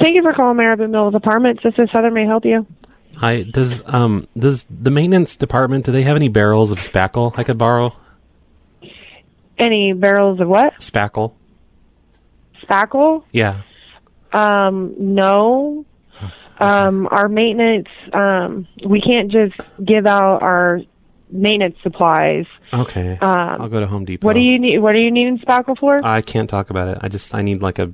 Thank you for calling Marabin Mills Apartments. This is Heather. May I help you? Hi. Does um does the maintenance department do they have any barrels of spackle I could borrow? Any barrels of what? Spackle. Spackle? Yeah. Um, no. Um, our maintenance, um, we can't just give out our maintenance supplies. Okay. Um, I'll go to Home Depot. What do you need? What are you needing spackle for? I can't talk about it. I just I need like a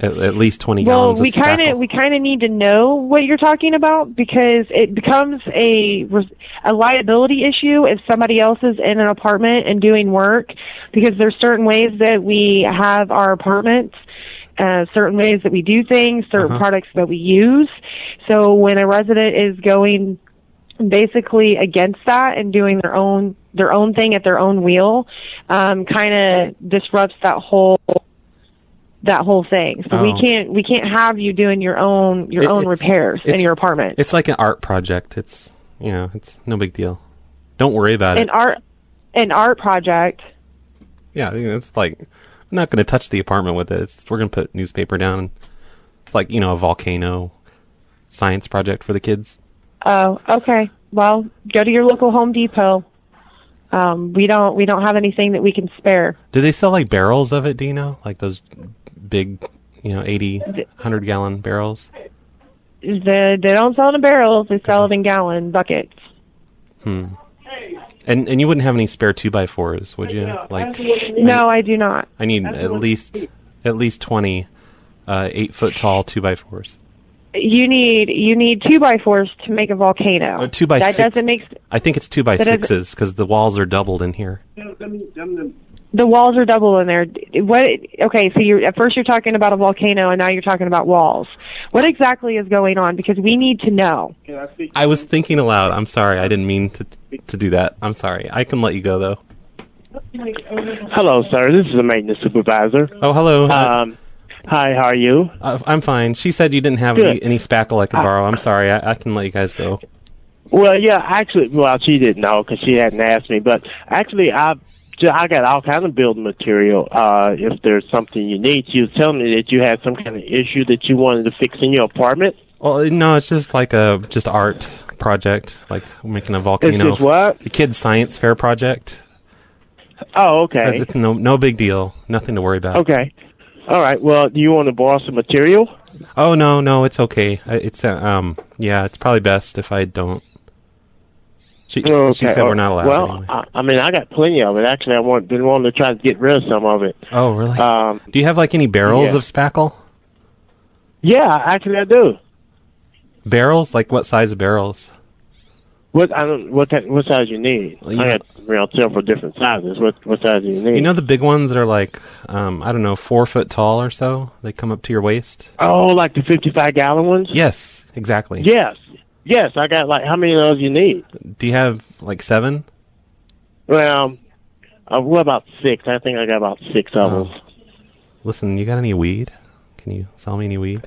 at, at least twenty well, gallons. we of kind of spackle. we kind of need to know what you're talking about because it becomes a res- a liability issue if somebody else is in an apartment and doing work because there's certain ways that we have our apartments. Uh, certain ways that we do things, certain Uh-huh. products that we use. So when a resident is going basically against that and doing their own their own thing at their own wheel, um, kind of disrupts that whole that whole thing. So Oh. we can't we can't have you doing your own your It- own it's- repairs in it's- your apartment. It's like an art project. It's you know it's no big deal. Don't worry about An it. art an art project. Yeah, you know, it's like I'm not going to touch the apartment with it. It's, we're going to put newspaper down. It's like you know a volcano science project for the kids. Oh, okay. Well, go to your local Home Depot. Um, we don't we don't have anything that we can spare. Do they sell like barrels of it? Do you know like those big you know 80, 100 gallon barrels? They they don't sell it in barrels. They sell it in gallon buckets. And and you wouldn't have any spare two by fours, would you? Like No, I do not. I need at least at least twenty uh, eight foot tall two by fours. You need you need two by fours to make a volcano. Oh, two by that six. doesn't make s- I think it's two by That is- sixes because the walls are doubled in here. the walls are double in there. What? Okay, so you're at first you're talking about a volcano, and now you're talking about walls. What exactly is going on? Because we need to know. I was thinking aloud. I'm sorry. I didn't mean to to do that. I'm sorry. I can let you go though. Hello, sir. This is the maintenance supervisor. Oh, hello. Uh, Um, hi, how are you? I- I'm fine. She said you didn't have any, good. any spackle I could borrow. I'm sorry. I, I can let you guys go. Well, yeah, actually, well, she didn't know because she hadn't asked me, but actually, I ju- I got all kind of building material. Uh, if there's something you need, she was telling me that you had some kind of issue that you wanted to fix in your apartment. Well, no, it's just like a just art project, like making a It's volcano. just what? The kids' science fair project. Oh, okay, It's no no big deal. Nothing to worry about. okay, all right. Well, do you want to borrow some material? Oh no, no, it's okay. I- It's uh, um, yeah, it's probably best if I don't. She, she said all we're not allowed. Well, uh, anyway. I, I mean, I got plenty of it. Actually, I want been wanting to try to get rid of some of it. oh really? Um, Do you have like any barrels yeah. of spackle? yeah, actually, I do. Barrels? Like what size of barrels? What I don't what type, what size you need? you- I got around several different sizes. What what size do you need? You know the big ones that are like um, I don't know, four foot tall or so. They come up to your waist. oh, like the fifty-five gallon ones. Yes, exactly. Yes, yes. I got like how many of those you need? Do you have like seven? Well, uh, what about six? I think I got about six of Oh. them. Listen, you got any weed? Can you sell me any weed?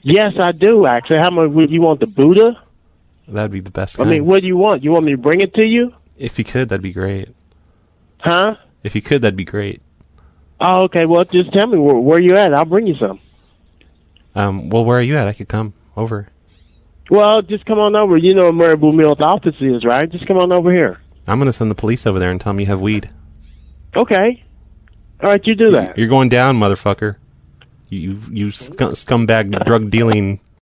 Yes, I do actually. How much would you want the Buddha? That'd be the best. I kind. mean, what do you want? You want me to bring it to you? if you could, that'd be great. Huh? If you could, that'd be great. Oh, okay. Well, just tell me where, where you at. I'll bring you some. Um, well, where are you at? I could come over. Well, just come on over. You know where Mary Boo Mill's office is, right? Just come on over here. I'm gonna send the police over there and tell them you have weed. Okay. All right, you do that. You're going down, motherfucker. You you scum, scumbag drug dealing